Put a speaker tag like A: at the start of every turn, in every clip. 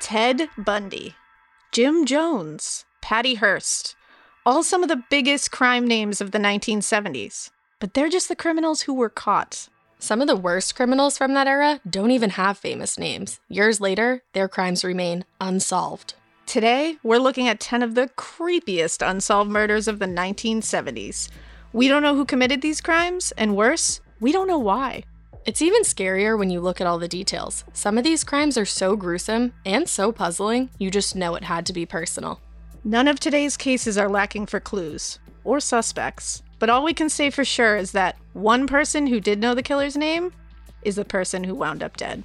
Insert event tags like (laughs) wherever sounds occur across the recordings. A: Ted Bundy, Jim Jones, Patty Hearst, all some of the biggest crime names of the 1970s. But they're just the criminals who were caught.
B: Some of the worst criminals from that era don't even have famous names. Years later, their crimes remain unsolved.
A: Today, we're looking at 10 of the creepiest unsolved murders of the 1970s. We don't know who committed these crimes, and worse, we don't know why.
B: It's even scarier when you look at all the details. Some of these crimes are so gruesome and so puzzling, you just know it had to be personal.
A: None of today's cases are lacking for clues or suspects, but all we can say for sure is that one person who did know the killer's name is the person who wound up dead.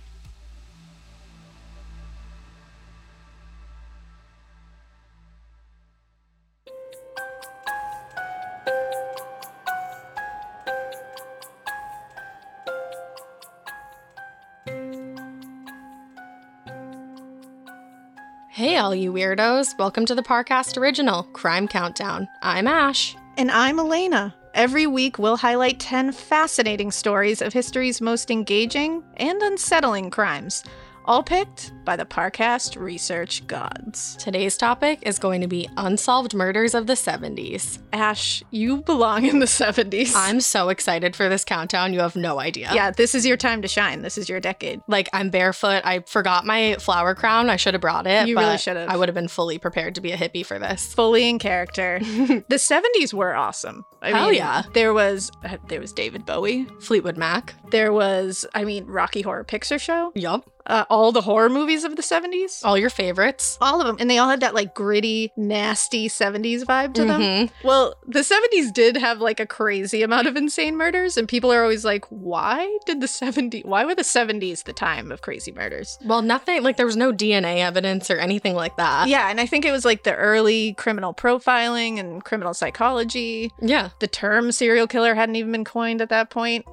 B: Hey, all you weirdos, welcome to the Parcast Original Crime Countdown. I'm Ash.
A: And I'm Elena. Every week, we'll highlight 10 fascinating stories of history's most engaging and unsettling crimes, all picked by the Parcast Research Gods.
B: Today's topic is going to be unsolved murders of the 70s.
A: Ash, you belong in the 70s.
B: I'm so excited for this countdown, you have no idea.
A: yeah, this is your time to shine. This is your decade.
B: Like, I'm barefoot. I forgot my flower crown. I should have brought it.
A: You really
B: but
A: should've.
B: I would have been fully prepared to be a hippie for this.
A: Fully in
B: (laughs)
A: character. the 70s were awesome. I
B: Hell
A: mean,
B: yeah.
A: There was uh, there was David Bowie.
B: Fleetwood Mac.
A: There was, I mean, Rocky Horror Picture Show.
B: Yup.
A: Uh, all the horror movies of the 70s.
B: All your favorites.
A: All of them. And they all had that like gritty, nasty 70s vibe to them.
B: Mhm.
A: Well, the 70s did have like a crazy amount of insane murders. And people are always like, why did the 70s, why were the 70s the time of crazy murders?
B: Well, nothing like there was no DNA evidence or anything like that.
A: yeah. And I think it was like the early criminal profiling and criminal psychology.
B: Yeah.
A: The term serial killer hadn't even been coined at that point.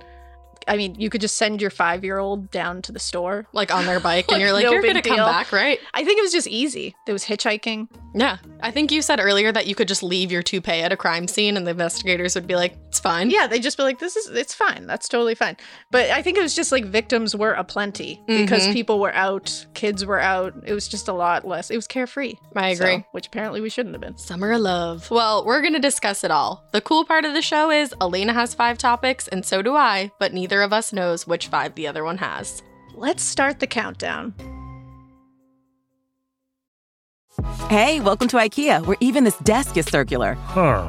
A: I mean, you could just send your five year old down to the store.
B: Like on their bike, and you're
A: Like,
B: like,
A: no
B: you're
A: big
B: gonna come
A: deal."
B: back, right?
A: I think it was just easy. There was hitchhiking.
B: Yeah. I think you said earlier that you could just leave your toupee at a crime scene and the investigators would be like, it's fine.
A: Yeah, they just be like, this is, it's fine. That's totally fine. But I think it was just like victims were aplenty because
B: Mhm.
A: people were out, kids were out. It was just a lot less. It was carefree.
B: I agree.
A: So- which apparently we shouldn't have been.
B: Summer of love. Well, we're going to discuss it all. The cool part of the show is Elena has five topics and so do I, but neither of us knows which five the other one has.
A: Let's start the countdown.
C: Hey, welcome to IKEA, where even this desk is circular.
D: Huh.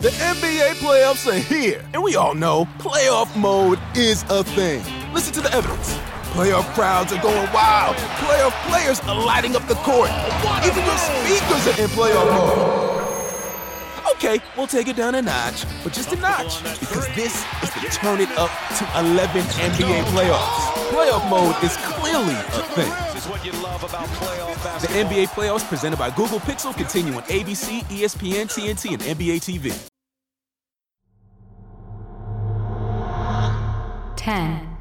E: The NBA playoffs are here, and we all know playoff mode is a thing. Listen to the evidence. Playoff crowds are going wild. Playoff players are lighting up the court. Even your speakers are in playoff mode. Okay, we'll take it down a notch, but just a notch, because this is the turn it up to 11 NBA playoffs. Playoff mode is clearly a thing. The NBA playoffs presented by Google Pixel continue on ABC, ESPN, TNT, and NBA TV.
F: 10,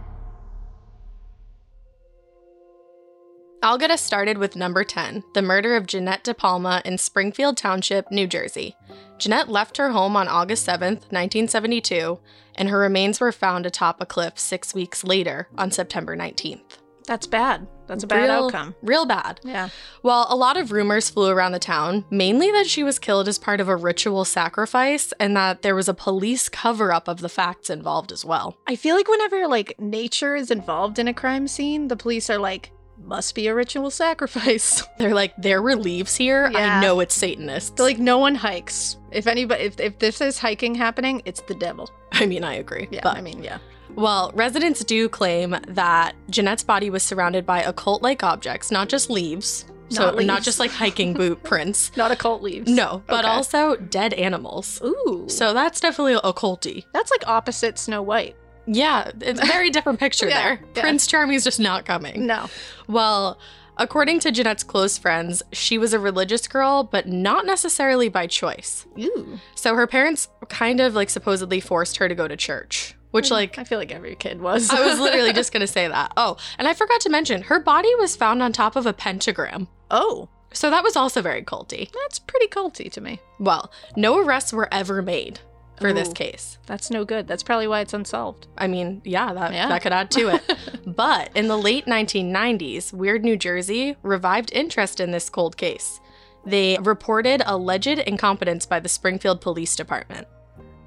B: I'll get us started with number 10, the murder of Jeanette DePalma in Springfield Township, New Jersey. Jeanette left her home on August 7th, 1972, and her remains were found atop a cliff six weeks later on September 19th.
A: That's bad. That's a bad
B: Real-
A: outcome.
B: Real bad.
A: Yeah.
B: Well, a lot of rumors flew around the town, mainly that she was killed as part of a ritual sacrifice and that there was a police cover up of the facts involved as well.
A: I feel like whenever like nature is involved in a crime scene, the police are like, must be a ritual sacrifice. (laughs)
B: They're like, there were leaves here.
A: Yeah.
B: I know it's Satanists.
A: They're like no one hikes. If anybody, if, if this is hiking happening, it's the devil.
B: I mean, I agree.
A: Yeah,
B: but-
A: I mean, yeah.
B: Well, residents do claim that Jeanette's body was surrounded by occult like objects, not just leaves. so,
A: Not leaves.
B: not just
A: (laughs)
B: like hiking boot prints.
A: Not a cult leaves.
B: No, but
A: Okay.
B: also dead animals.
A: Ooh. So
B: So that's definitely occulty.
A: that's like opposite Snow White.
B: Yeah, it's
A: (laughs)
B: a very different picture
A: Yeah,
B: there.
A: yeah.
B: Prince Charming's just not coming.
A: No.
B: Well, according to Jeanette's close friends, she was a religious girl, but not necessarily by choice.
A: Ooh.
B: So her parents kind of like supposedly forced her to go to church, which like
A: Hmm, I feel like every kid was.
B: (laughs) I was literally just gonna say that. Oh, and I forgot to mention, her body was found on top of a pentagram.
A: (laughs) oh,
B: So that was also very culty.
A: that's pretty culty to me.
B: Well, no arrests were ever made for this
A: Ooh.
B: case.
A: That's no good. That's probably why it's unsolved.
B: I mean, yeah, that,
A: Yeah.
B: that could add to
A: (laughs)
B: it. but in the late 1990s, Weird New Jersey revived interest in this cold case. They reported alleged incompetence by the Springfield Police Department.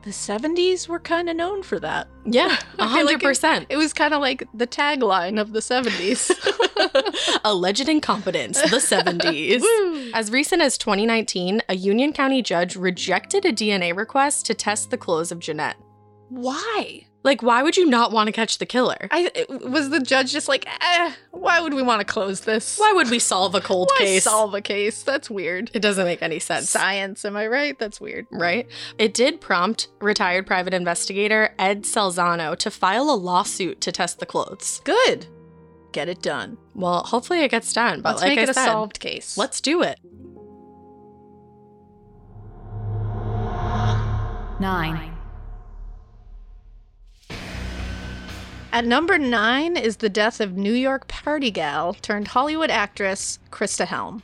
A: The 70s were kind of known for that.
B: (laughs) Yeah,
A: (laughs) I feel like
B: 100%.
A: It was kind of like the tagline of the (laughs) 70s.
B: (laughs) alleged incompetence,
A: (laughs)
B: the 70s.
A: Woo.
B: As recent as 2019, a Union County judge rejected a DNA request to test the clothes of Jeanette.
A: Why?
B: Like, why would you not want to catch the killer?
A: I it- was the judge just like, eh, why would we want to close this?
B: Why would we solve a cold
A: Why
B: case?
A: solve a case? That's weird.
B: it doesn't make any sense.
A: Science, am I right? That's weird.
B: Right? It did prompt retired private investigator Ed Salzano to file a lawsuit to test the clothes.
A: Good. Get it done.
B: Well, hopefully it gets done, but
A: Let's
B: like
A: make
B: I
A: it a
B: said,
A: solved case.
B: let's do it.
F: 9.
A: At number nine is the death of New York party gal turned Hollywood actress Krista Helm.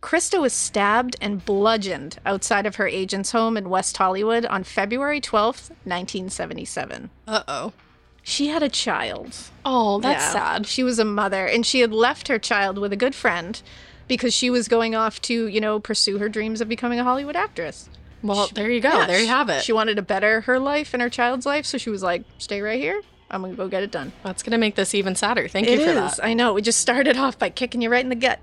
A: Krista was stabbed and bludgeoned outside of her agent's home in West Hollywood on February 12th, 1977.
B: Uh oh.
A: She had a child.
B: Oh, that's
A: Yeah.
B: sad.
A: She was a mother and she had left her child with a good friend because she was going off to, you know, pursue her dreams of becoming a Hollywood actress.
B: Well, there you go.
A: Yeah,
B: there you
A: she-
B: have it.
A: She wanted to better her life and her child's life, so she was like, stay right here. I'm going to go get it done.
B: That's gonna make this even sadder. Thank
A: It is.
B: you for that.
A: I know. We just started off by kicking you right in the gut.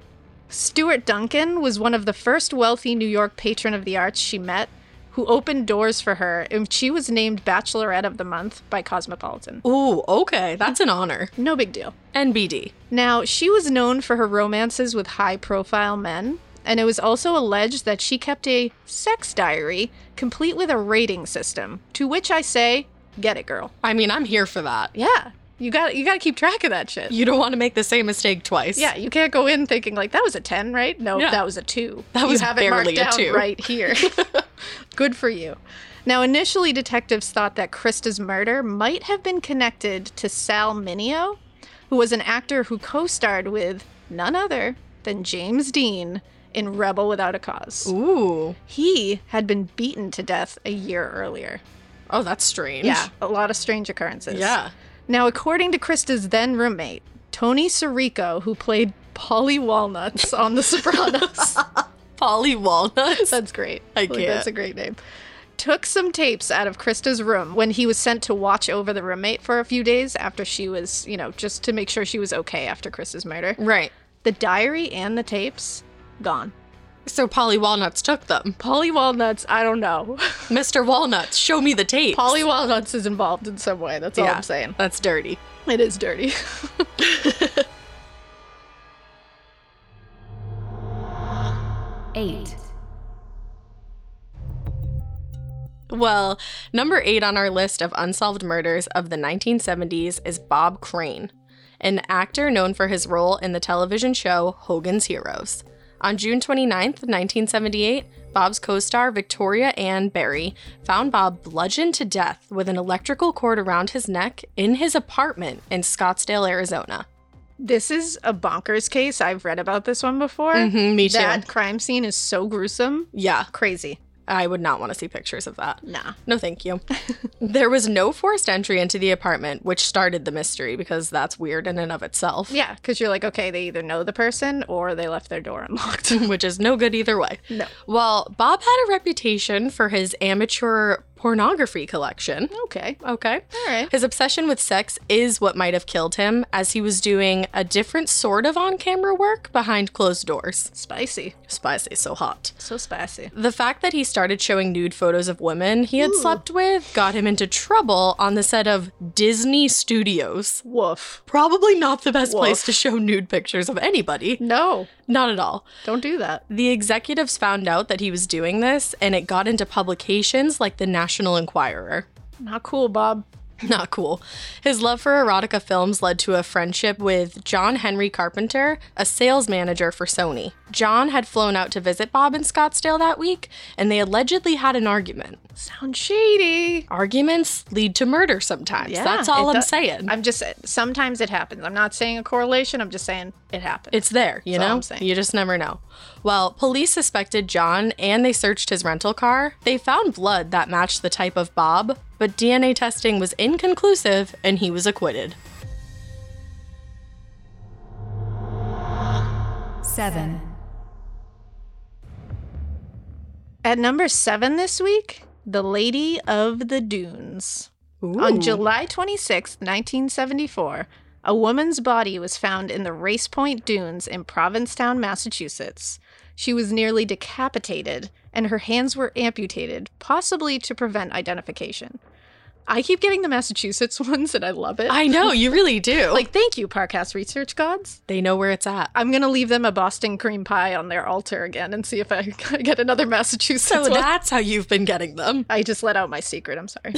A: Stuart Duncan was one of the first wealthy New York patron of the arts she met who opened doors for her, and she was named Bachelorette of the Month by Cosmopolitan.
B: Ooh, okay, that's an honor.
A: No big deal.
B: NBD.
A: Now, she was known for her romances with high profile men, and it was also alleged that she kept a sex diary complete with a rating system, to which I say, get it, girl.
B: I mean, I'm here for that.
A: Yeah. You got you got to keep track of that shit.
B: You don't want to make the same mistake twice.
A: Yeah, you can't go in thinking like that was a ten, right? No,
B: Yeah.
A: that was a two.
B: That was
A: you have it
B: barely a
A: marked down
B: two.
A: right
B: (laughs)
A: here. Good for you. Now, initially, detectives thought that Krista's murder might have been connected to Sal Mineo, who was an actor who co-starred with none other than James Dean in Rebel Without a Cause.
B: Ooh.
A: He had been beaten to death a year earlier.
B: Oh, that's strange.
A: Yeah, a lot of strange occurrences.
B: Yeah.
A: Now, according to Krista's then roommate, Tony Sirico, who played Polly Walnuts on The Sopranos,
B: (laughs) Polly walnuts.
A: that's great.
B: I
A: Like, That's
B: can't.
A: a great name. Took some tapes out of Krista's room when he was sent to watch over the roommate for a few days after she was, you know, just to make sure she was okay after Krista's murder.
B: right.
A: The diary and the tapes, gone.
B: So Polly walnuts took them.
A: Polly Walnuts, I don't know. (laughs)
B: Mr. Walnuts, show me the tape.
A: Polly Walnuts is involved in some way. That's all
B: Yeah.
A: I'm saying.
B: That's dirty.
A: It is dirty. (laughs)
F: Eight.
B: Well, number eight on our list of unsolved murders of the 1970s is Bob Crane, an actor known for his role in the television show Hogan's Heroes. On June 29th, 1978, Bob's co star Victoria Ann Barry found Bob bludgeoned to death with an electrical cord around his neck in his apartment in Scottsdale, Arizona.
A: This is a bonkers case. I've read about this one before.
B: Mhm, me too.
A: That crime scene is so gruesome.
B: Yeah,
A: Crazy.
B: I would not want to see pictures of that.
A: Nah.
B: No, thank
A: (laughs)
B: you. there was no forced entry into the apartment, which started the mystery because that's weird in and of itself.
A: Yeah, because you're like, okay, they either know the person or they left their door (laughs)
B: (laughs)
A: unlocked.
B: which is no good either way.
A: No.
B: Well, Bob had a reputation for his amateur pornography collection.
A: Okay.
B: Okay.
A: All right.
B: His obsession with sex is what might have killed him, as he was doing a different sort of on camera work behind closed doors.
A: Spicy.
B: Spicy, so hot.
A: So spicy.
B: The fact that he started showing nude photos of women he had slept with got him into trouble on the set of Disney Studios.
A: Woof.
B: Probably not the best place
A: Woof.
B: to show nude pictures of anybody.
A: No,
B: Not at all.
A: don't do that.
B: The executives found out that he was doing this, and it got into publications like the National Enquirer. (laughs)
A: Not cool, Bob.
B: Not cool. His love for erotica films led to a friendship with John Henry Carpenter, a sales manager for Sony. John had flown out to visit Bob in Scottsdale that week, and they allegedly had an argument.
A: Sounds shady.
B: Arguments lead to murder sometimes.
A: Yeah,
B: That's
A: it
B: all I'm
A: do-
B: saying.
A: I'm just sometimes it happens. I'm not saying a correlation. I'm just saying it happens.
B: it's there, you
A: That's all
B: know?
A: I'm saying.
B: You just never know. Well, police suspected John and they searched his rental car. They found blood that matched the type of Bob, but DNA testing was inconclusive and he was
A: (laughs)
B: acquitted.
F: seven,
A: At number seven this week, The Lady of the Dunes. On July 26, 1974, a woman's body was found in the Race Point Dunes in Provincetown, Massachusetts. She was nearly decapitated, and her hands were amputated, possibly to prevent identification. I keep getting the Massachusetts (laughs) ones, and I love it.
B: I know, you really do.
A: like, thank you, Parcast Research Gods.
B: they know where it's at.
A: I'm gonna leave them a Boston cream pie on their altar again and see if I (laughs) get another Massachusetts.
B: So
A: one.
B: that's how you've been getting them.
A: I just let out my secret. I'm
B: (laughs)
A: sorry.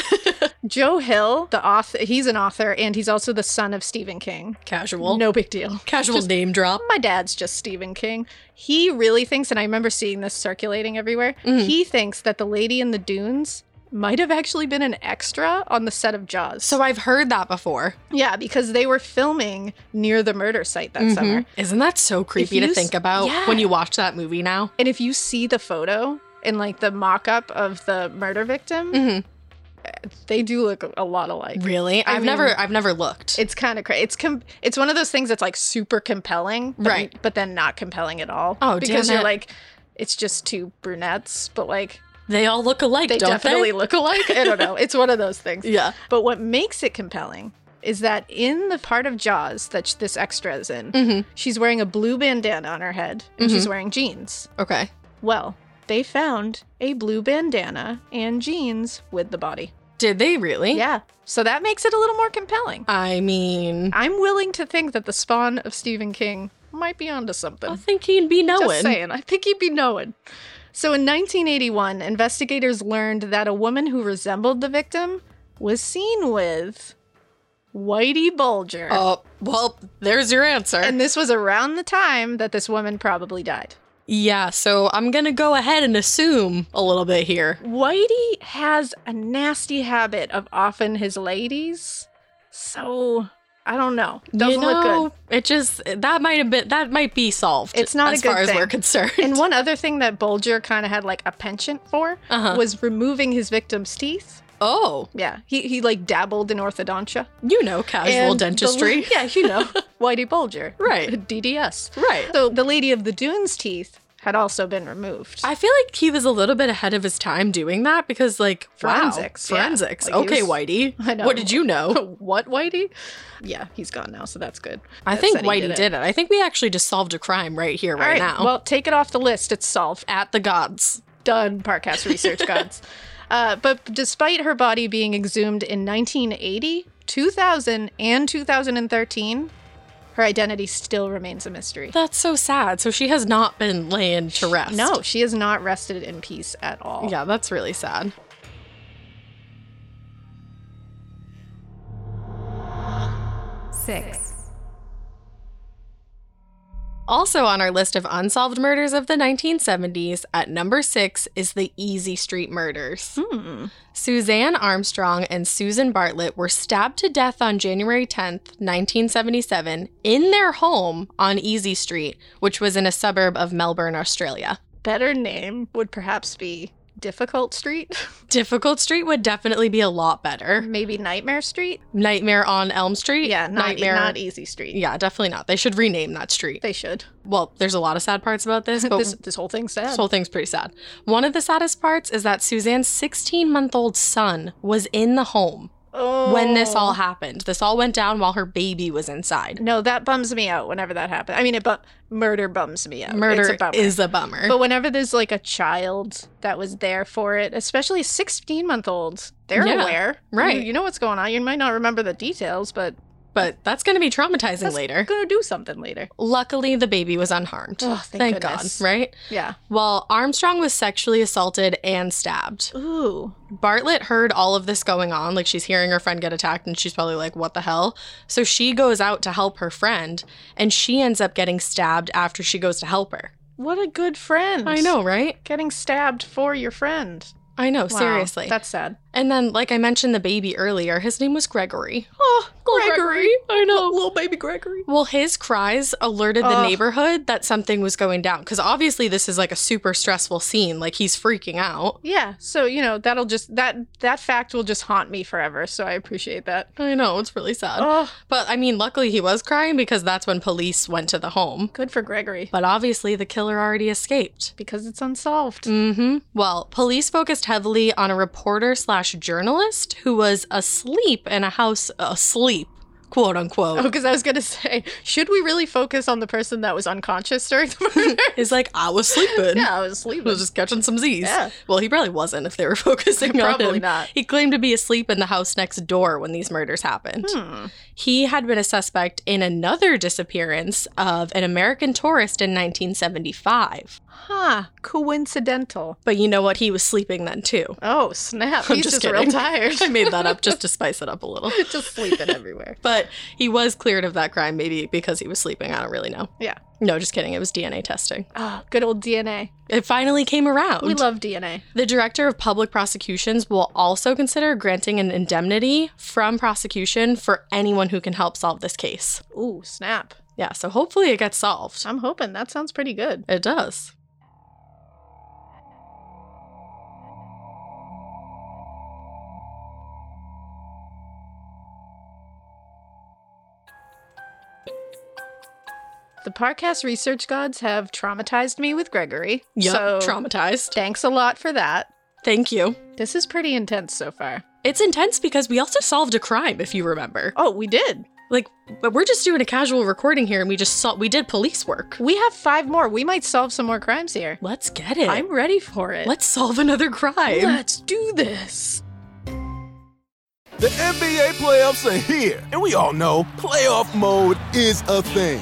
A: Joe Hill, the author, he's an author and he's also the son of Stephen King.
B: Casual.
A: no big deal.
B: Casual name drop.
A: My dad's just Stephen King. He really thinks, and I remember seeing this circulating everywhere,
B: Mm-hmm.
A: he thinks that the lady in the dunes might have actually been an extra on the set of Jaws.
B: So I've heard that before.
A: yeah, because they were filming near the murder site
B: Mm-hmm.
A: that summer.
B: Isn't that so creepy
A: you
B: to
A: s-
B: think about
A: Yeah.
B: when you watch that movie now?
A: And if you see the photo and like the mock up of the murder victim, they do look a lot alike.
B: Mm-hmm. Really? I've
A: mean-
B: never I've never looked.
A: It's kind of crazy. It's com- it's one of those things that's like super compelling, but,
B: Right.
A: But then not compelling at all.
B: Oh,
A: because
B: damn
A: you're
B: it.
A: like, it's just two brunettes, but like
B: they all look alike,
A: they
B: don't
A: definitely
B: they?
A: look alike. I don't know. It's one of those things.
B: Yeah.
A: But what makes it compelling is that in the part of Jaws that sh- this extra is in,
B: Mm-hmm.
A: she's wearing a blue bandana on her head and she's wearing jeans.
B: (laughs) Okay.
A: Well, they found a blue bandana and jeans with the body.
B: Did they really?
A: Yeah. So that makes it a little more compelling.
B: I mean,
A: I'm willing to think that the spawn of Stephen King might be onto something.
B: I think he'd be knowing.
A: Just saying, I think he'd be knowing. So in 1981, investigators learned that a woman who resembled the victim was seen with Whitey Bulger.
B: Oh, well, there's your answer.
A: And this was around the time that this woman probably died.
B: yeah, so I'm going to go ahead and assume a little bit here.
A: Whitey has a nasty habit of often his ladies. So I don't know. Doesn't
B: you know,
A: look good.
B: It just that might have been that might be solved.
A: It's not a
B: as
A: good
B: far as
A: thing.
B: we're concerned.
A: And one other thing that Bulger kind of had like a penchant for
B: Uh-huh.
A: was removing his victim's teeth.
B: (laughs) oh,
A: Yeah, he he like dabbled in orthodontia,
B: you know, casual
A: And the-
B: dentistry.
A: (laughs) yeah, you
B: (laughs)
A: know, Whitey Bulger, (laughs)
B: Right.
A: DDS,
B: Right.
A: So the Lady of the Dunes teeth had also been removed.
B: I feel like he was a little bit ahead of his time doing that because, like,
A: Forensics,
B: wow,
A: yeah.
B: forensics.
A: Like, he
B: okay,
A: was-
B: Whitey.
A: (laughs) I know.
B: What did you know?
A: (laughs) what Whitey? Yeah, he's gone now, so that's good.
B: I
A: That
B: think
A: said he
B: Whitey did it. I think we actually just solved a crime right here,
A: All
B: right,
A: right,
B: now.
A: well, take it off the list. It's solved.
B: at the gods.
A: done Parcast
B: (laughs)
A: research gods. Uh, but despite her body being exhumed in 1980, 2000, and 2013, her identity still remains a mystery.
B: That's so sad. So she has not been laying to rest.
A: No, she has not rested in peace at all.
B: Yeah, that's really sad.
F: six,
B: Also on our list of unsolved murders of the 1970s, at number six is the Easy Street murders.
A: Hmm.
B: Suzanne Armstrong and Susan Bartlett were stabbed to death on January 10th, 1977, in their home on Easy Street, which was in a suburb of Melbourne, Australia.
A: Better name would perhaps be Difficult Street? (laughs)
B: Difficult Street would definitely be a lot better.
A: Maybe Nightmare Street?
B: Nightmare on Elm Street?
A: Yeah, not, e,
B: Nightmare.
A: not Easy Street.
B: yeah, definitely not. They should rename that street.
A: They should.
B: Well, there's a lot of sad parts
A: (laughs)
B: about this, but
A: this, this whole thing's sad.
B: This whole thing's pretty sad. One of the saddest parts is that Suzanne's 16 month old son was in the home
A: oh.
B: when this all happened. This all went down while her baby was inside.
A: No, that bums me out whenever that happens. I mean, it bu- murder bums me out. It's
B: Murder
A: a bummer.
B: is a bummer.
A: But whenever there's like a child that was there for it, especially 16 month olds, they're
B: Yeah,
A: aware.
B: right.
A: You, you know what's going on. You might not remember the details, but
B: but that's going to be traumatizing
A: that's
B: later.
A: going to do something later.
B: Luckily, the baby was unharmed.
A: Oh, thank goodness.
B: God, right?
A: Yeah.
B: Well, Armstrong was sexually assaulted and stabbed.
A: Ooh.
B: Bartlett heard all of this going on. Like, she's hearing her friend get attacked, and she's probably like, What the hell? So she goes out to help her friend, and she ends up getting stabbed after she goes to help her.
A: What a good friend.
B: I know, right?
A: Getting stabbed for your friend.
B: I know,
A: Wow,
B: seriously.
A: That's sad.
B: and then, like I mentioned, the baby earlier, his name was Gregory.
A: Oh,
B: Gregory.
A: I know. Little baby Gregory.
B: Well, his cries alerted the
A: Ugh.
B: neighborhood that something was going down. Because obviously, this is like a super stressful scene. Like, he's freaking out.
A: Yeah. So, you know, that'll just, that, that fact will just haunt me forever. So I appreciate that.
B: I know, it's really sad.
A: Oh,
B: But I mean, luckily, he was crying because that's when police went to the home.
A: good for Gregory
B: But obviously, the killer already escaped.
A: because it's unsolved. (laughs)
B: hmm Well, police focused heavily on a reporter slash journalist who was asleep in a house, asleep, quote unquote.
A: Oh, because I was gonna say, should we really focus on the person that was unconscious during the
B: (laughs)
A: murder?
B: He's like, I was
A: (laughs)
B: sleeping.
A: yeah, I was
B: (laughs) I
A: sleeping.
B: was just catching some Z's.
A: Yeah.
B: Well, he probably wasn't if they were (laughs) focusing on him.
A: Probably not.
B: He claimed to be asleep in the house next door when these murders happened.
A: Hmm.
B: He had been a suspect in another disappearance of an American tourist in 1975.
A: Huh. Coincidental.
B: But you know what? He was sleeping then too. (laughs)
A: Oh (laughs) snap!
B: I'm
A: He's just,
B: just kidding.
A: real tired.
B: (laughs)
A: (laughs)
B: I made that up just to spice it up a little.
A: just sleeping everywhere.
B: But he was cleared of that crime, maybe because he was sleeping. I don't really know.
A: Yeah.
B: No, just kidding. It was DNA testing.
A: Oh, good old DNA.
B: It finally came around.
A: We love DNA.
B: The director of public prosecutions will also consider granting an indemnity from prosecution for anyone who can help solve this case.
A: Ooh, snap!
B: Yeah, so hopefully it gets solved.
A: I'm hoping that sounds pretty good.
B: It does.
A: The Parcast research gods have traumatized me with Gregory.
B: Yep,
A: So
B: traumatized.
A: thanks a lot for that.
B: Thank you.
A: This is pretty intense so far.
B: It's intense because we also solved a crime, if you remember.
A: Oh, we did.
B: Like, but we're just doing a casual recording here and we just saw we did police work.
A: We have five more. We might solve some more crimes here.
B: Let's get it.
A: I'm ready for it.
B: Let's solve another crime.
A: Let's do this.
E: The NBA playoffs are here, and we all know playoff mode is a thing.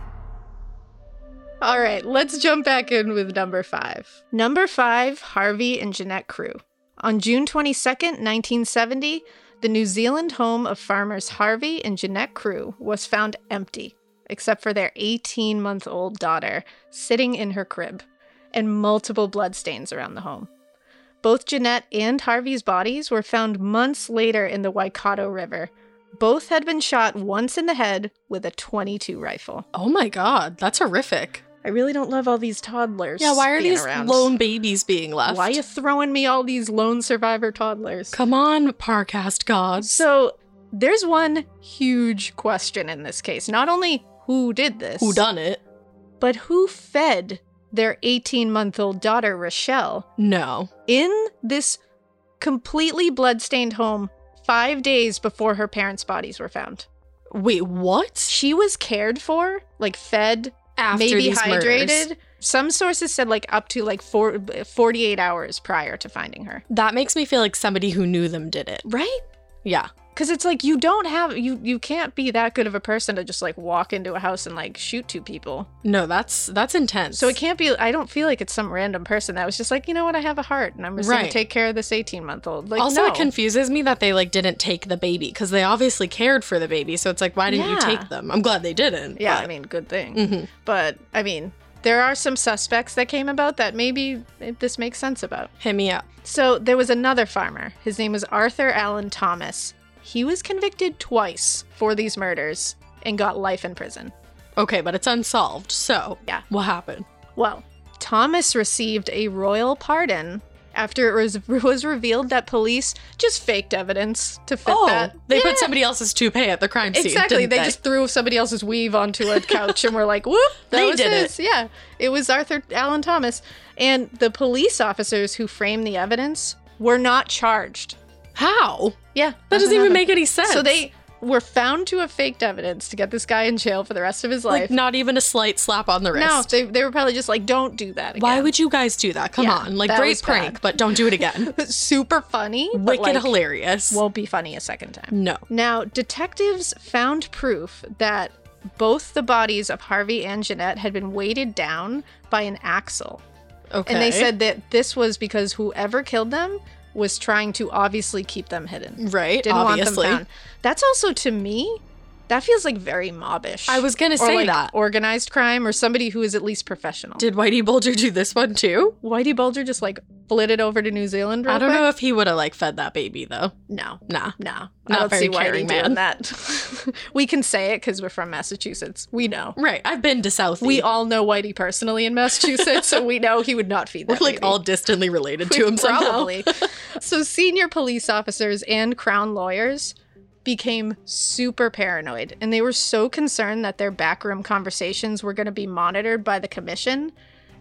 A: All right, let's jump back in with number five. Number five Harvey and Jeanette Crew. On June 22nd, 1970, the New Zealand home of farmers Harvey and Jeanette Crew was found empty, except for their 18 month old daughter sitting in her crib, and multiple bloodstains around the home. Both Jeanette and Harvey's bodies were found months later in the Waikato River. Both had been shot once in the head with a 22 rifle.
B: oh my god, that's horrific.
A: I really don't love all these toddlers.
B: Yeah, why are
A: being
B: these
A: around.
B: lone babies being left?
A: Why you throwing me all these lone survivor toddlers?
B: Come on, Parcast gods.
A: So there's one huge question in this case. Not only who did this,
B: who done it?
A: but who fed their 18 month old daughter Rochelle
B: No.
A: in this completely bloodstained home five days before her parents' bodies were found.
B: Wait, what?
A: She was cared for, like fed,
B: After
A: maybe
B: these
A: hydrated.
B: murders.
A: Some sources said like up to like four, 48 hours prior to finding her.
B: That makes me feel like somebody who knew them did it.
A: Right?
B: Yeah.
A: Cause it's like you don't have you you can't be that good of a person to just like walk into a house and like shoot two people.
B: No, that's that's intense.
A: So it can't be. I don't feel like it's some random person that was just like, you know what, I have a heart and I'm just gonna
B: Right.
A: take care of this 18 month old. Like,
B: also,
A: no.
B: it confuses me that they like didn't take the baby because they obviously cared for the baby. So it's like, why didn't you
A: Yeah.
B: take them? I'm glad they didn't.
A: Yeah,
B: but-
A: I mean, good thing.
B: Mhm.
A: But I mean, there are some suspects that came about that maybe this makes sense about.
B: hit me up.
A: So there was another farmer. His name was Arthur Allen Thomas. He was convicted twice for these murders and got life in prison.
B: Okay, but it's unsolved. So
A: Yeah.
B: what happened?
A: Well, Thomas received a royal pardon after it was, (laughs) was revealed that police just faked evidence to fit that.
B: Oh, they
A: Yeah.
B: put somebody else's toupee at the crime scene.
A: Exactly.
B: didn't
A: They, just threw somebody else's weave onto
B: (laughs)
A: a couch and were like, whoop, that
B: They
A: was
B: did
A: his. Yeah. It was Arthur Allen Thomas. And the police officers who framed the evidence were not charged.
B: how
A: Yeah.
B: that doesn't even make any sense.
A: So they were found to have faked evidence to get this guy in jail for the rest of his
B: like
A: life.
B: not even a slight slap on the wrist.
A: no, they, they were probably just like, don't do that again.
B: Why would you guys do that? Come
A: Yeah,
B: on, like
A: that
B: great
A: was
B: prank,
A: bad.
B: but don't do
A: (laughs)
B: it again.
A: Super funny. but,
B: Wicked
A: like,
B: hilarious.
A: Won't be funny a second time.
B: no.
A: Now, detectives found proof that both the bodies of Harvey and Jeanette had been weighted down by an axle.
B: Okay.
A: And they said that this was because whoever killed them was trying to obviously keep them hidden.
B: right,
A: Didn't
B: obviously.
A: want them found. That's also to me, that feels like very mobbish.
B: I was gonna
A: or
B: say
A: like
B: that.
A: organized crime or somebody who is at least professional.
B: Did Whitey Bulger do this one too?
A: Whitey Bulger just like flitted over to New Zealand? Real
B: I don't
A: quick?
B: know if he would have like fed that baby though.
A: No,
B: Nah.
A: no, I
B: Not
A: don't
B: very
A: see why
B: caring
A: they're doing
B: man.
A: that. (laughs) we can say it because we're from Massachusetts. We know.
B: Right. I've been to South.
A: We all know Whitey personally in Massachusetts, so we know he would not feed
B: we're
A: that.
B: like
A: baby.
B: all distantly related to him somehow. (laughs)
A: Probably. so senior police officers and crown lawyers became super paranoid and they were so concerned that their backroom conversations were going to be monitored by the commission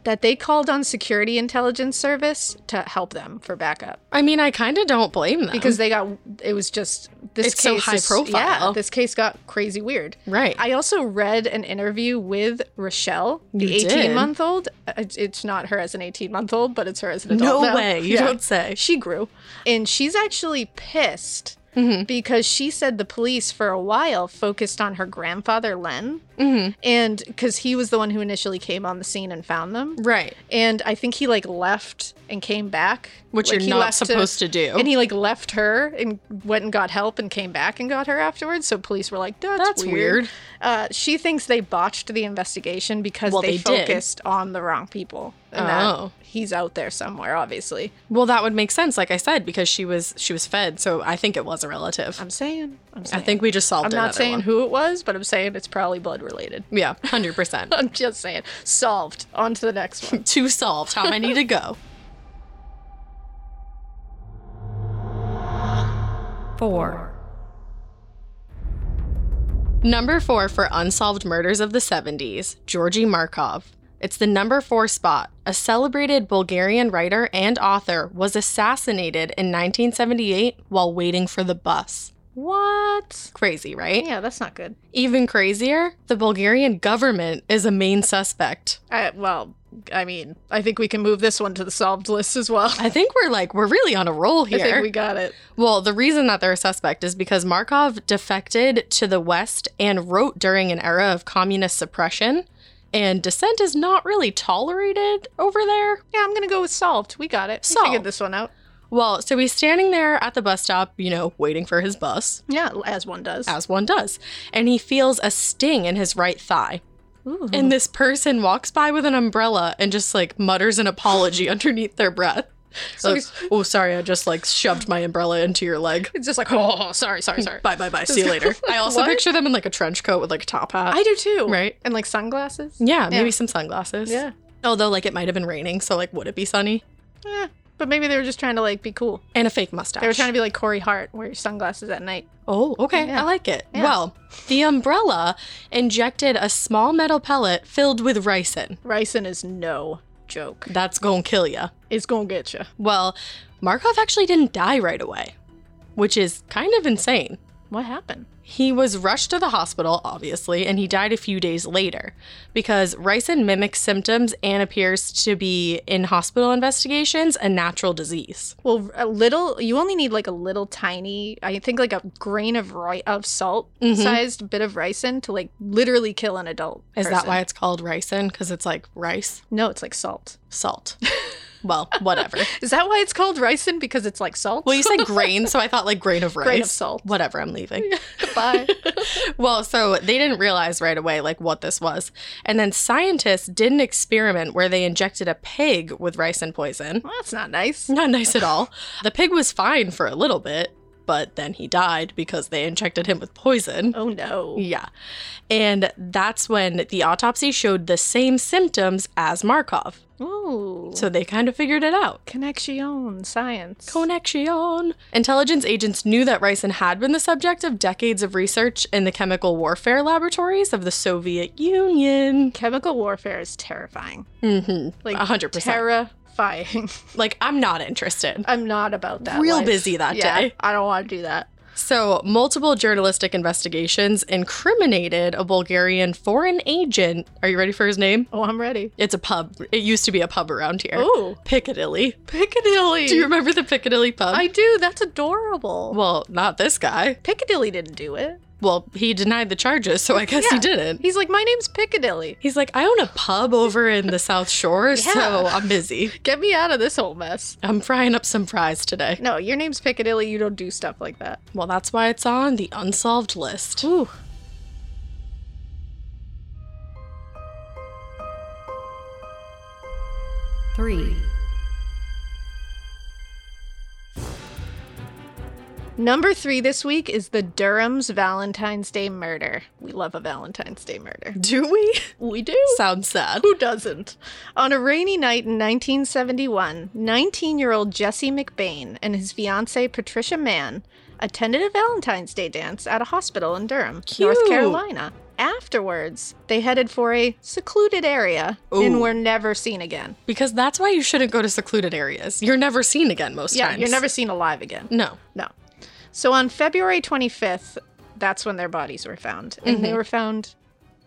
A: that they called on security intelligence service to help them for backup
B: I mean, I kind of don't blame them
A: because they got it was just this
B: It's so
A: case
B: high
A: is- yeah
B: profile.
A: this case got crazy weird
B: right.
A: I also read an interview with Rochelle, the
B: You did?
A: 18 month old. It's not her as an 18 month old, but it's her as an
B: no
A: adult. now. (laughs)
B: way. You
A: Yeah.
B: don't say.
A: She grew. And she's actually pissed
B: Mhm.
A: because she said the police for a while focused on her grandfather, Len.
B: Mhm.
A: And because he was the one who initially came on the scene and found them.
B: Right.
A: And I think he like left and came back.
B: Which
A: Like,
B: you're
A: he
B: not
A: left
B: supposed to, do.
A: And he like left her and went and got help and came back and got her afterwards. So police were like, that's,
B: That's weird.
A: Uh, she thinks they botched the investigation because
B: Well,
A: they,
B: they did.
A: focused on the wrong people. And
B: Oh.
A: that he's out there somewhere, obviously.
B: Well, that would make sense, like I said, because she was she was fed, so I think it was a relative.
A: I'm saying. I'm
B: I
A: saying.
B: think we just solved.
A: I'm not
B: another
A: saying
B: one.
A: who it was, but I'm saying it's probably blood related. (laughs)
B: Yeah, hundred percent.
A: I'm just saying. Solved. On to the next
B: (laughs)
A: one.
B: Two solved. How many to
A: (laughs)
B: go?
F: four,
B: Number four for unsolved murders of the 70s, Georgy Markov. It's the number four spot. A celebrated Bulgarian writer and author was assassinated in 1978 while waiting for the bus.
A: what?
B: Crazy, right?
A: Yeah, that's not good.
B: Even crazier, the Bulgarian government is a main suspect.
A: I, well, I mean, I think we can move this one to the solved list as well.
B: I think we're like, we're really on a roll
A: I
B: here.
A: think we got it.
B: Well, the reason that they're a suspect is because Markov defected to the West and wrote during an era of communist suppression, and dissent is not really tolerated over there.
A: Yeah, I'm gonna go with solved. We got it. We figured
B: Solved.
A: this one out.
B: Well, so he's standing there at the bus stop, you know, waiting for his bus,
A: Yeah, as one does.
B: as one does, and he feels a sting in his right thigh. And this person walks by with an umbrella and just like mutters an apology (laughs) underneath their breath.
A: So
B: Like, oh, sorry, I just like shoved my umbrella into your leg.
A: it's just like, oh, sorry, sorry, sorry.
B: Bye bye bye. See you later. I also
A: What?
B: picture them in like a trench coat with like a top hat.
A: I do too.
B: Right.
A: And like sunglasses.
B: yeah, maybe
A: Yeah.
B: some sunglasses.
A: Yeah.
B: Although like it might have been raining, so like would it be sunny?
A: Yeah. But maybe they were just trying to like be cool.
B: And a fake mustache.
A: They were trying to be like Corey Hart, wear your sunglasses at night.
B: Oh, okay.
A: Yeah.
B: I like it.
A: Yeah.
B: Well, the umbrella injected a small metal pellet filled with ricin.
A: Ryson is no joke.
B: That's gonna kill ya.
A: It's gonna get you.
B: Well, Markov actually didn't die right away, which is kind of insane.
A: What happened?
B: He was rushed to the hospital, obviously, and he died a few days later because ricin mimics symptoms and appears to be, in hospital investigations, a natural disease.
A: Well, a little. You only need like a little tiny. I think like a grain of ri- of salt
B: Mhm.
A: sized bit of ricin to like literally kill an adult.
B: Is that
A: person.
B: why it's called ricin? Because it's like rice,
A: No, it's like salt. (laughs)
B: salt. well, whatever.
A: Is that why it's called ricin? Because it's like salt.
B: Well, you said grain, so I thought like grain of rice.
A: Grain of salt.
B: Whatever, I'm leaving.
A: Bye.
B: Well, so they didn't realize right away like what this was. And then scientists did an experiment where they injected a pig with ricin poison.
A: well, that's not nice.
B: (laughs) Not nice at all. The pig was fine for a little bit, but then he died because they injected him with poison.
A: Oh no.
B: Yeah. And that's when the autopsy showed the same symptoms as Markov.
A: Ooh.
B: So they kind of figured it out.
A: connection science.
B: Connection. Intelligence agents knew that ricin had been the subject of decades of research in the chemical warfare laboratories of the Soviet Union.
A: Chemical warfare is terrifying.
B: Mm-hmm.
A: Like
B: 100%.
A: terrifying. (laughs)
B: Like, I'm not interested.
A: I'm not about that.
B: Real
A: life.
B: busy that
A: Yeah,
B: day.
A: I don't want to do that.
B: So, multiple journalistic investigations incriminated a Bulgarian foreign agent. Are you ready for his name?
A: Oh, I'm ready.
B: It's a pub. It used to be a pub around here.
A: Oh,
B: Piccadilly.
A: Piccadilly.
B: Do you remember the Piccadilly pub?
A: I do. That's adorable.
B: well, not this guy.
A: Piccadilly didn't do it.
B: Well, he denied the charges, so I guess he
A: Yeah.
B: didn't.
A: He's like, my name's Piccadilly.
B: He's like, I own a pub over in the South Shore, so
A: Yeah.
B: I'm busy.
A: Get me out of this whole mess.
B: I'm frying up some fries today.
A: No, your name's Piccadilly. You don't do stuff like that.
B: Well, that's why it's on the unsolved list.
A: Ooh.
F: three,
A: Number three this week is the Durham's Valentine's Day murder. We love a Valentine's Day murder.
B: Do we?
A: We do.
B: Sounds sad.
A: Who doesn't? On a rainy night in 1971, 19 year old Jesse McBain and his fiancee Patricia Mann attended a Valentine's Day dance at a hospital in Durham, North
B: Cute.
A: Carolina. Afterwards, they headed for a secluded area and
B: Ooh.
A: were never seen again.
B: Because that's why you shouldn't go to secluded areas. You're never seen again most
A: yeah,
B: times. Mm.
A: you're never seen alive again.
B: No.
A: No. So on February 25th, that's when their bodies were found, and
B: Mm-hmm.
A: they were found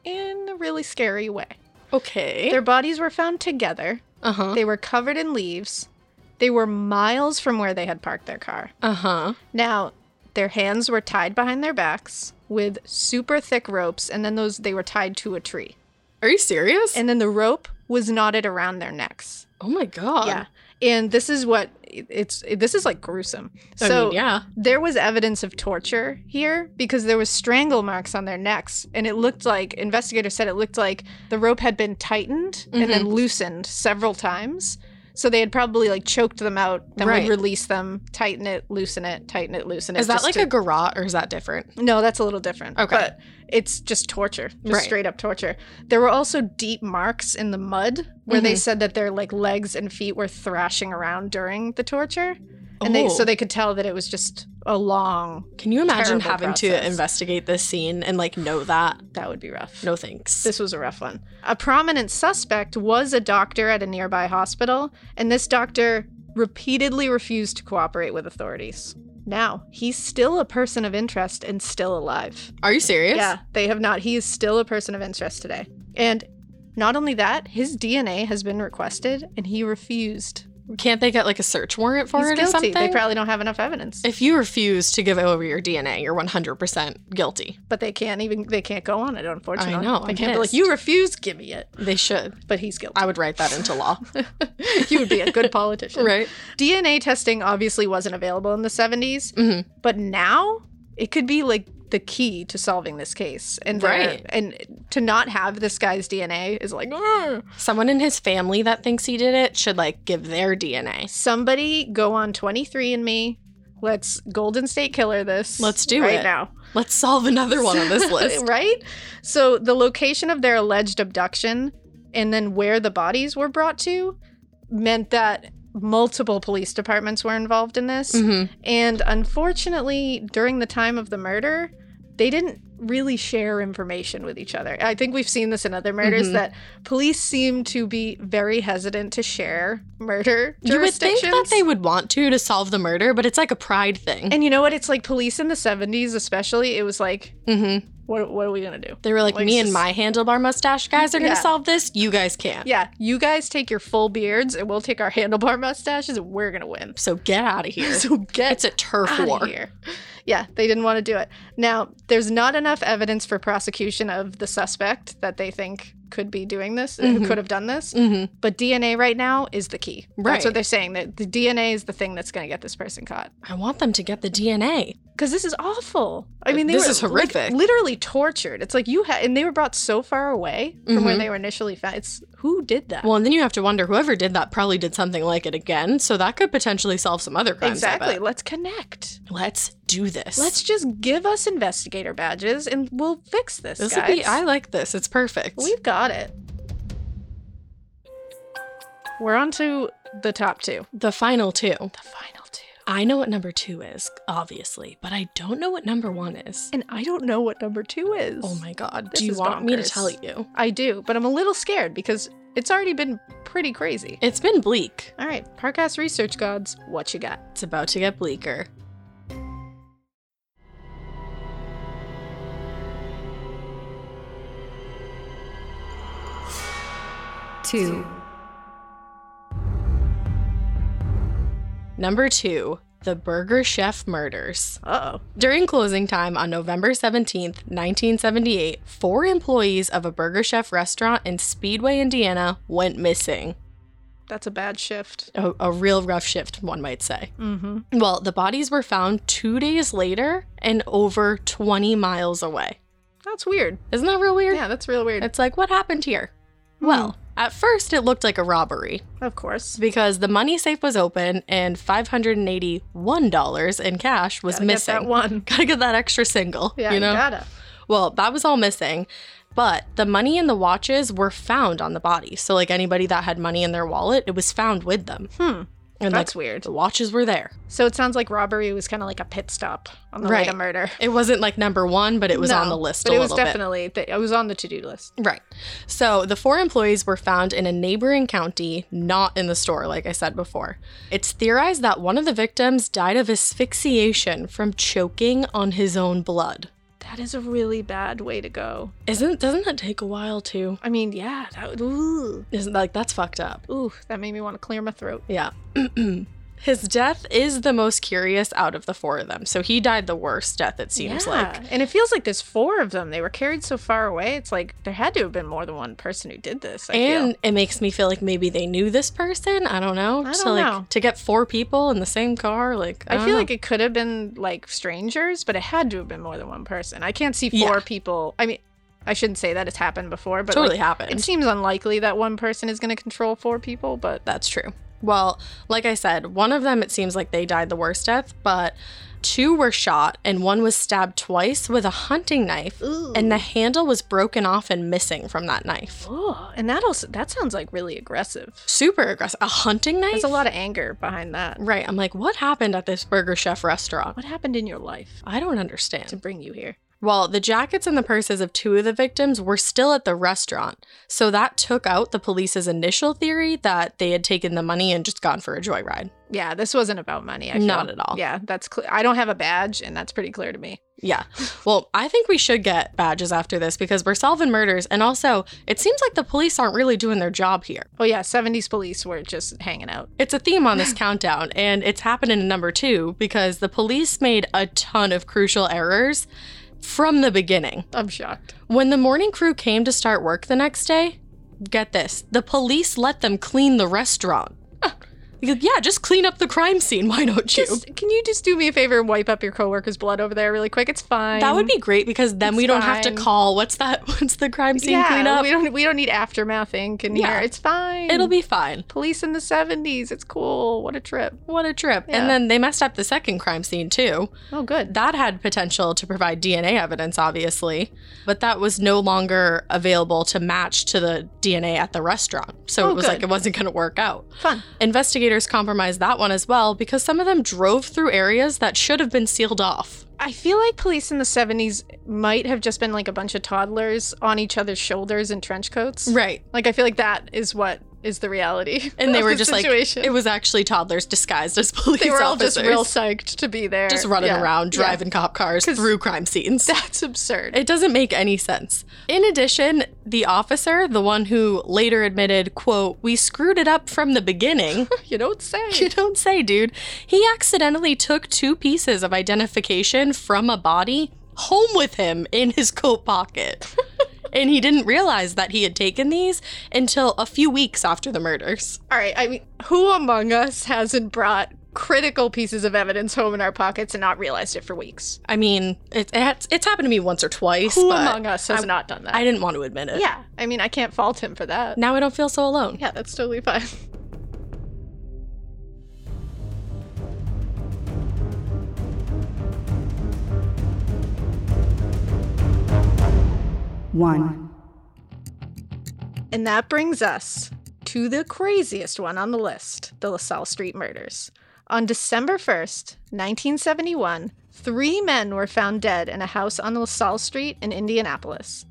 A: in a really scary way.
B: Okay.
A: Their bodies were found together.
B: Uh huh.
A: They were covered in leaves. They were miles from where they had parked their car.
B: Uh huh.
A: Now, their hands were tied behind their backs with super thick ropes, and then those they were tied to a tree.
B: Are you serious?
A: And then the rope was knotted around their necks.
B: oh my god.
A: Yeah. And this is what it's this is like gruesome.
B: I
A: So
B: mean, yeah.
A: there was evidence of torture here because there was strangle marks on their necks and it looked like investigators said it looked like the rope had been tightened and then
B: Mm-hmm.
A: loosened several times so they had probably like choked them out then
B: Right.
A: would release them tighten it loosen it tighten it loosen it
B: Is that
A: just
B: like
A: to-
B: a garage or is that different?
A: no, that's a little different.
B: Okay.
A: But it's just torture, just
B: Right.
A: straight up torture. There were also deep marks in the mud where they
B: Mhm.
A: said that their like legs and feet were thrashing around during the torture. And they so
B: Oh.
A: they could tell that it was just a long
B: Can you imagine
A: Terrible
B: having to
A: process.
B: investigate this scene and like know that?
A: that would be rough.
B: No thanks.
A: This was a rough one. A prominent suspect was a doctor at a nearby hospital, and this doctor repeatedly refused to cooperate with authorities. Now, he's still a person of interest and still alive.
B: Are you serious?
A: Yeah, they have not. He is still a person of interest today. And not only that, his DNA has been requested and he refused.
B: Can't they get like a search warrant for
A: He's
B: it
A: guilty.
B: or something?
A: They probably don't have enough evidence.
B: if you refuse to give over your DNA, you're 100% guilty.
A: but they can't even they can't go on it, unfortunately.
B: I know,
A: They
B: I'm
A: can't be like,
B: pissed.
A: you refuse, give me it.
B: They should.
A: But he's guilty.
B: I would write that
A: (laughs)
B: into law.
A: he would be a good politician.
B: (laughs) right?
A: DNA testing obviously wasn't available in the 70s,
B: Mhm.
A: but now it could be like the key to solving this case. And the-
B: Right.
A: and to not have this guy's DNA is like "Ugh."
B: Someone in his family that thinks he did it should like give their DNA.
A: somebody go on 23andMe. Let's Golden State Killer this.
B: Let's do
A: right
B: it.
A: now.
B: Let's solve another one
A: (laughs)
B: on this list.
A: right? So the location of their alleged abduction and then where the bodies were brought to meant that multiple police departments were involved in this.
B: Mhm.
A: And unfortunately, during the time of the murder, they didn't really share information with each other. I think we've seen this in other murders
B: Mhm.
A: that police seem to be very hesitant to share murder
B: You would think
A: jurisdictions.
B: that they would want to to solve the murder, but it's like a pride thing.
A: And you know what? It's like police in the 70s, especially, it was like,
B: mm-hmm.
A: what, what are we going to do?
B: They were like,
A: Like,
B: me
A: it's
B: and
A: just-
B: my handlebar mustache guys are going to
A: Yeah.
B: solve this. You guys can't.
A: Yeah, you guys take your full beards and we'll take our (laughs) handlebar mustaches and we're going to win.
B: So
A: (laughs)
B: get out of here.
A: So get
B: it's a turf
A: outta
B: war.
A: here. Yeah, they didn't want to do it. Now, there's not enough evidence for prosecution of the suspect that they think could be doing this, who
B: Mhm.
A: could have done this.
B: hmm
A: But DNA right now is the key. That's
B: Right.
A: what they're saying. That the DNA is the thing that's going to get this person caught.
B: I want them to get the DNA.
A: Because this is awful. I mean, they
B: This
A: were,
B: is
A: like,
B: horrific.
A: literally tortured. It's like you had, and they were brought so far away from where
B: Mhm.
A: they were initially found. It's who did that?
B: Well, and then you have to wonder whoever did that probably did something like it again. So that could potentially solve some other crimes. I
A: exactly.
B: bet.
A: Let's connect.
B: Let's do this.
A: Let's just give us investigator badges, and we'll fix this.
B: This would
A: guys.
B: be. I like this. It's perfect.
A: We've got it. We're on to the top two.
B: the final two.
A: The final two.
B: I know what number two is, obviously, but I don't know what number one is.
A: And I don't know what number two is.
B: Oh my god.
A: This
B: do you
A: is
B: want me to
A: bonkers.
B: tell you?
A: I do, but I'm a little scared because it's already been pretty crazy.
B: It's been bleak.
A: All right, Parcast Research Gods, what you got?
B: It's about to get bleaker.
F: two,
B: Number two, the Burger Chef Murders.
A: Uh oh.
B: During closing time on November 17th, 1978, four employees of a Burger Chef restaurant in Speedway, Indiana went missing.
A: That's a bad shift.
B: A, a real rough shift, one might say.
A: Mm-hmm.
B: Well, the bodies were found two days later and over 20 miles away.
A: That's weird.
B: Isn't that real weird?
A: Yeah, Hmm. that's real weird.
B: It's like, what happened here? Well, at first it looked like a robbery
A: of course.
B: because the money safe was open and $581 in cash was
A: Gotta get
B: missing.
A: that
B: (laughs)
A: one.
B: Gotta get that extra single.
A: Yeah,
B: you
A: you
B: know?
A: gotta.
B: Well, that was all missing, but the money and the watches were found on the body. So, like anybody that had money in their wallet, it was found with them.
A: Hmm.
B: And
A: That's
B: like,
A: weird.
B: The watches were there.
A: So it sounds like robbery was kind of like a pit stop on the way
B: Right.
A: to murder.
B: It wasn't like number one, but it was
A: No,
B: on the list
A: But
B: a
A: it was
B: little bit.
A: definitely. it was on the to do list.
B: Right. So the four employees were found in a neighboring county, not in the store, like I said before. It's theorized that one of the victims died of asphyxiation from choking on his own blood.
A: That is a really bad way to go.
B: Isn't doesn't that take a while too?
A: I mean, yeah, that would. Ooh,
B: Isn't like that's fucked up.
A: ooh, that made me want to clear my throat.
B: Yeah. (clears throat) his death is the most curious out of the four of them. So he died the worst death, it seems like.
A: and it feels like there's four of them. They were carried so far away. It's like there had to have been more than one person who did this. I feel.
B: and it makes me feel like maybe they knew this person. I don't know.
A: I
B: so
A: don't
B: like
A: know.
B: to get four people in the same car, like
A: I
B: don't
A: feel
B: know.
A: like it could have been like strangers, but it had to have been more than one person. I can't see
B: Yeah.
A: four people. I mean, I shouldn't say that it's happened before, but
B: totally
A: like,
B: happened.
A: it seems unlikely that one person is going to control four people. But
B: That's true. Well, like I said, one of them, it seems like they died the worst death, but two were shot and one was stabbed twice with a hunting knife, and the handle was broken off and missing from that knife.
A: oh, and that also that sounds like really aggressive.
B: Super aggressive. A hunting knife?
A: There's a lot of anger behind that.
B: Right. I'm like, what happened at this Burger Chef restaurant?
A: What happened in your life
B: I don't
A: to
B: understand.
A: bring you here?
B: Well, the jackets and the purses of two of the victims were still at the restaurant, so that took out the police's initial theory that they had taken the money and just gone for a joyride.
A: Yeah, this wasn't about money. I feel.
B: Not at all.
A: Yeah, that's clear. I don't have a badge, and that's pretty clear to me.
B: Yeah. Well, I think we should get badges after this because we're solving murders. And also, it seems like the police aren't really doing their job here.
A: Oh yeah, seventies police were just hanging out.
B: It's a theme on this countdown, and it's happening in number two because the police made a ton of crucial errors from the beginning.
A: I'm shocked.
B: When the morning crew came to start work the next day, get this the police let them clean the restaurant. (laughs) Like, Yeah, just clean up the crime scene. Why don't you?
A: Just, can you just do me a favor and wipe up your coworker's blood over there really quick? It's fine.
B: that would be great because then
A: It's
B: we don't have to
A: fine.
B: call. What's that? (laughs) What's the crime scene
A: yeah.
B: cleanup?
A: We don't we don't need aftermath ink in
B: Yeah.
A: here. It's fine.
B: It'll be fine.
A: police in the seventies. It's cool. What a trip.
B: What a trip.
A: Yeah.
B: And then they messed up the second crime scene, too.
A: Oh good.
B: That had potential to provide DNA evidence, obviously, but that was no longer available to match to the DNA at the restaurant. So
A: Oh,
B: it was
A: good.
B: like it wasn't going to work out.
A: Fun.
B: Investigator Prosecutors compromised that one as well because some of them drove through areas that should have been sealed off.
A: I feel like police in the 70s might have just been like a bunch of toddlers on each other's shoulders in trench coats.
B: Right.
A: Like, I feel like that is what is the reality.
B: And
A: (laughs)
B: they
A: of
B: were
A: the
B: just
A: situation.
B: like, it was actually toddlers disguised as (laughs) police
A: They were all
B: officers.
A: just
B: (laughs)
A: real psyched to be there.
B: Just running
A: Yeah.
B: around,
A: Yeah.
B: driving cop cars through crime scenes.
A: That's absurd.
B: (laughs) It doesn't make any sense. In addition, the officer, the one who later admitted, quote, we screwed it up from the beginning.
A: you don't say.
B: (laughs) you don't say, dude. He accidentally took two pieces of identification from a body home with him in his coat pocket.
A: (laughs)
B: and he didn't realize that he had taken these until a few weeks after the murders.
A: All right. I mean, who among us hasn't brought critical pieces of evidence home in our pockets and not realized it for weeks?
B: I mean, it, it's it's happened to me once or twice.
A: Who
B: but
A: among us has not done that?
B: I didn't want to admit it.
A: yeah. I mean, I can't fault him for that.
B: Now I don't feel so alone.
A: Yeah, that's totally fine.
F: one,
A: And that brings us to the craziest one on the list the LaSalle Street murders. On December 1st, 1971, three men were found dead in a house on LaSalle Street in Indianapolis.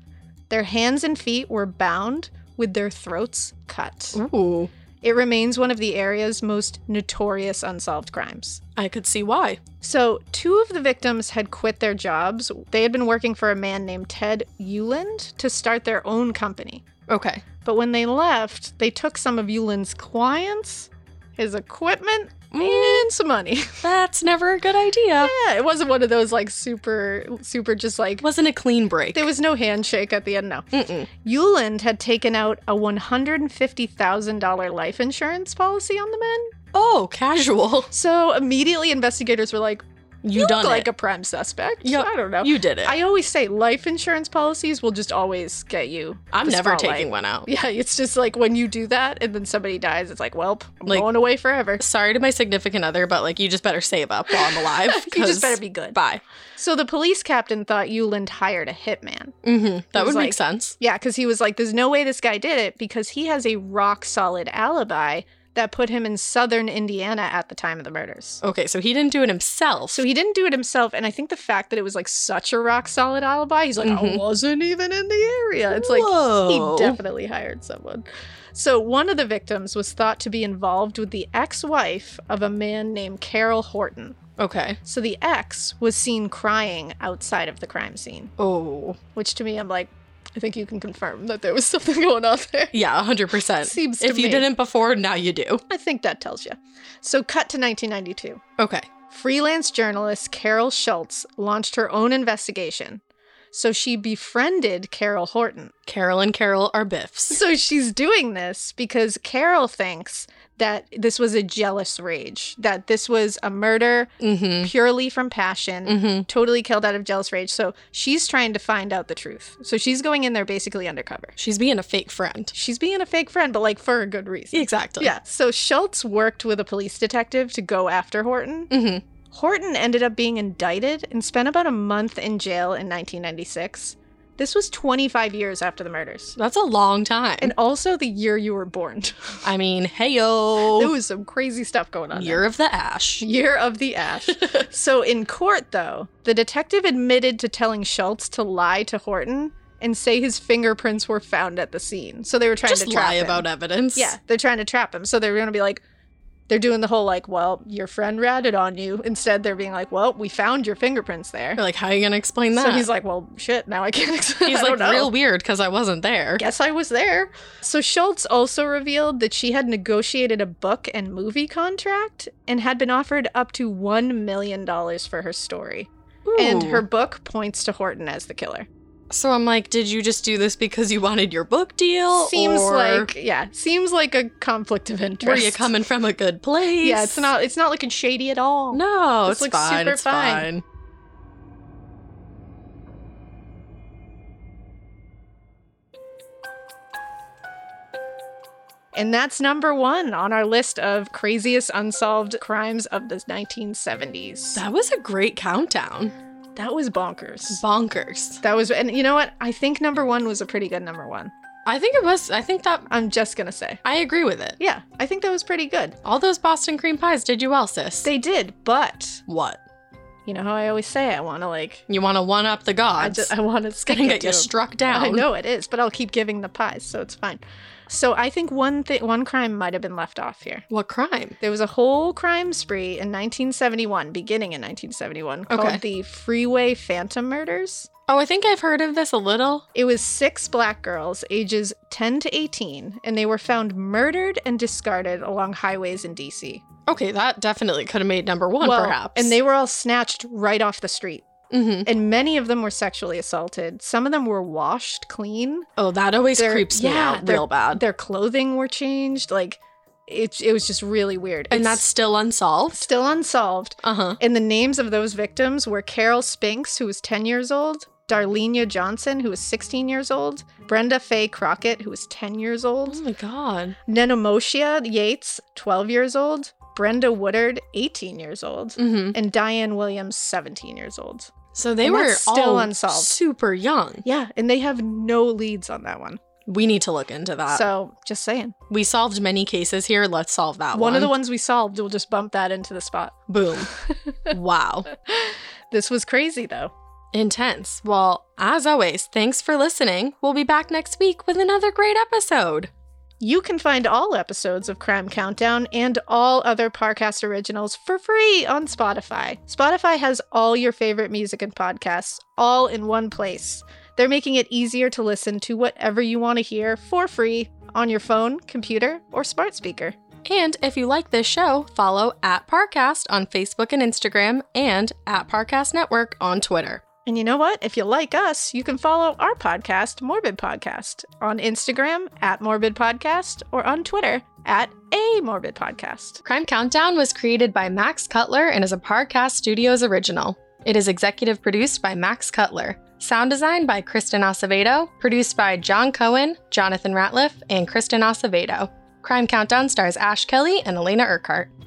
A: Their hands and feet were bound with their throats cut.
B: Ooh,
A: It remains one of the area's most notorious unsolved crimes.
B: I could see why.
A: So, two of the victims had quit their jobs. They had been working for a man named Ted Euland to start their own company.
B: Okay.
A: But when they left, they took some of Euland's clients, his equipment,
B: Mm-hmm.
A: and some money. (laughs)
B: That's never a good idea.
A: yeah, it wasn't one of those like super, super just like.
B: Wasn't a clean break.
A: There was no handshake at the end, no.
B: Mm-mm.
A: Euland had taken out a $150,000 life insurance policy on the men.
B: Oh,
A: (laughs)
B: casual.
A: So immediately investigators were like,
B: You,
A: look
B: done
A: like
B: it.
A: a prime suspect.
B: Yeah,
A: I don't know.
B: you did it.
A: I always say life insurance policies will just always get you.
B: I'm
A: the
B: never
A: spotlight.
B: taking one out.
A: (laughs) Yeah, it's just like when you do that and then somebody dies, it's like, well, I'm
B: Like-
A: going away forever.
B: Sorry to my significant other, but like you just better save up while I'm alive.
A: (laughs) You just
B: 'cause
A: better be good.
B: Bye.
A: So the police captain thought Euland hired a hitman.
B: Mm-hmm. That
A: was
B: would
A: like-
B: make sense.
A: Yeah, because he was like, there's no way this guy did it because he has a rock solid alibi that put him in southern Indiana at the time of the murders.
B: Okay, so he didn't do it himself.
A: So he didn't do it himself. And I think the fact that it was like such a rock solid alibi, he's like, I
B: Mhm.
A: wasn't even in the area. It's like,
B: Whoa.
A: he definitely hired someone. So one of the victims was thought to be involved with the ex wife of a man named Carol Horton.
B: Okay.
A: So the ex was seen crying outside of the crime scene,
B: Oh.
A: which to me, I'm like, I think you can confirm that there was something (laughs) going on there.
B: Yeah, 100%.
A: Seems to
B: If you
A: me.
B: didn't before, now you do.
A: I think that tells you. So cut to 1992.
B: Okay.
A: Freelance journalist Carol Schultz launched her own investigation. So she befriended Carol Horton. (laughs)
B: Carol and Carol are biffs.
A: So she's doing this because Carol thinks that this was a jealous rage, that this was a murder
B: Mm-hmm.
A: purely from passion,
B: Mhm.
A: totally killed out of jealous rage. So she's trying to find out the truth. So she's going in there basically undercover.
B: She's being a fake friend.
A: She's being a fake friend, but like for a good reason.
B: Exactly.
A: Yeah. So Schultz worked with a police detective to go after Horton.
B: Mm-hmm.
A: Horton ended up being indicted and spent about a month in jail in 1996. This was 25 years after the murders.
B: That's a long time.
A: And also the year you were born. (laughs)
B: I mean,
A: there
B: heyo.
A: was some crazy stuff going on. there.
B: Oh. Year of the Ash.
A: Year of the
B: (laughs)
A: Ash. so in court, though, the detective admitted to telling Schultz to lie to Horton and say his fingerprints were found at the scene. So they were trying
B: Just
A: to trap
B: lie
A: him.
B: about evidence.
A: Yeah, they're trying to trap him. So they're going to be like, they're doing the whole like, well, your friend ratted on you. Instead, they're being like, well, we found your fingerprints there.
B: You're like, how are you going to explain that?
A: So he's like, (laughs) well, shit, now I can't (laughs) explain.
B: He's
A: I
B: like
A: don't know.
B: real weird because I wasn't there.
A: Guess I was there. So Schultz also revealed that she had negotiated a book and movie contract and had been offered up to $1 million for her story. And
B: Ooh.
A: her book points to Horton as the killer.
B: So I'm like, did you just do this because you wanted your book deal?
A: Seems
B: or
A: like, yeah, seems like a conflict of interest.
B: were you coming from a good place?
A: Yeah, it's not it's not looking shady at all.
B: No,
A: This
B: it's
A: looks
B: fine.
A: super
B: it's
A: fine.
B: fine.
A: And that's number 1 on our list of craziest unsolved crimes of the 1970s.
B: That was a great countdown.
A: That was bonkers.
B: Bonkers.
A: That was, and you know what? I think number one was a pretty good number one.
B: I think it was. I think that
A: I'm just going to say.
B: I agree with it.
A: Yeah, I think that was pretty good.
B: All those Boston cream pies did you well, sis.
A: They did, but
B: what?
A: you know how I always say I want to like
B: You want to one up the
A: I
B: gods?
A: just I want to
B: it's gonna get you struck down.
A: I know it is, but I'll keep giving the pies, so it's fine. So I think one thing one crime might have been left off here.
B: What crime?
A: There was a whole crime spree in 1971, beginning in 1971, called
B: Okay.
A: the Freeway Phantom Murders.
B: Oh, I think I've heard of this a little.
A: It was six black girls, ages 10 to 18, and they were found murdered and discarded along highways in DC.
B: Okay, that definitely could have made number one,
A: Well,
B: perhaps.
A: And they were all snatched right off the street.
B: Mhm.
A: And many of them were sexually assaulted. Some of them were washed clean.
B: Oh, that always
A: Their-
B: creeps me
A: yeah,
B: out
A: their-
B: real bad.
A: Their clothing were changed. Like it, it was just really weird.
B: and
A: It's
B: that's still unsolved.
A: still unsolved.
B: Uh huh.
A: And the names of those victims were Carol Spinks, who was 10 years old, Darlenia Johnson, who was 16 years old, Brenda Faye Crockett, who was 10 years
B: Oh
A: old,
B: my god.
A: Mm. Nenomotia Yates, 12 years old, Brenda Woodard, 18 years old,
B: hmm
A: and Diane Williams, 17 years old.
B: So they
A: And
B: were
A: that's still
B: all
A: unsolved.
B: super young.
A: Yeah, and they have no leads on that one.
B: We need to look into that.
A: so just saying.
B: we solved many cases here. Let's solve that
A: One,
B: one.
A: of the ones we solved, we'll just bump that into the spot. (laughs)
B: Boom. wow.
A: This was crazy though.
B: Intense. Well, as always, thanks for listening. We'll be back next week with another great episode.
A: You can find all episodes of Crime Countdown and all other Parcast originals for free on Spotify. Spotify has all your favorite music and podcasts all in one place. They're making it easier to listen to whatever you want to hear for free on your phone, computer, or smart speaker.
B: And if you like this show, follow at Parcast on Facebook and Instagram and at Parcast Network on Twitter.
A: And you know what? If you like us, you can follow our podcast, Morbid Podcast, on Instagram at Morbid Podcast or on Twitter at A Morbid Podcast.
B: Crime Countdown was created by Max Cutler and is a Parcast Studios original. It is executive produced by Max Cutler, sound design by Kristen Acevedo, produced by John Cohen, Jonathan Ratliff, and Kristen Acevedo. Crime Countdown stars Ash Kelly and Elena Urquhart.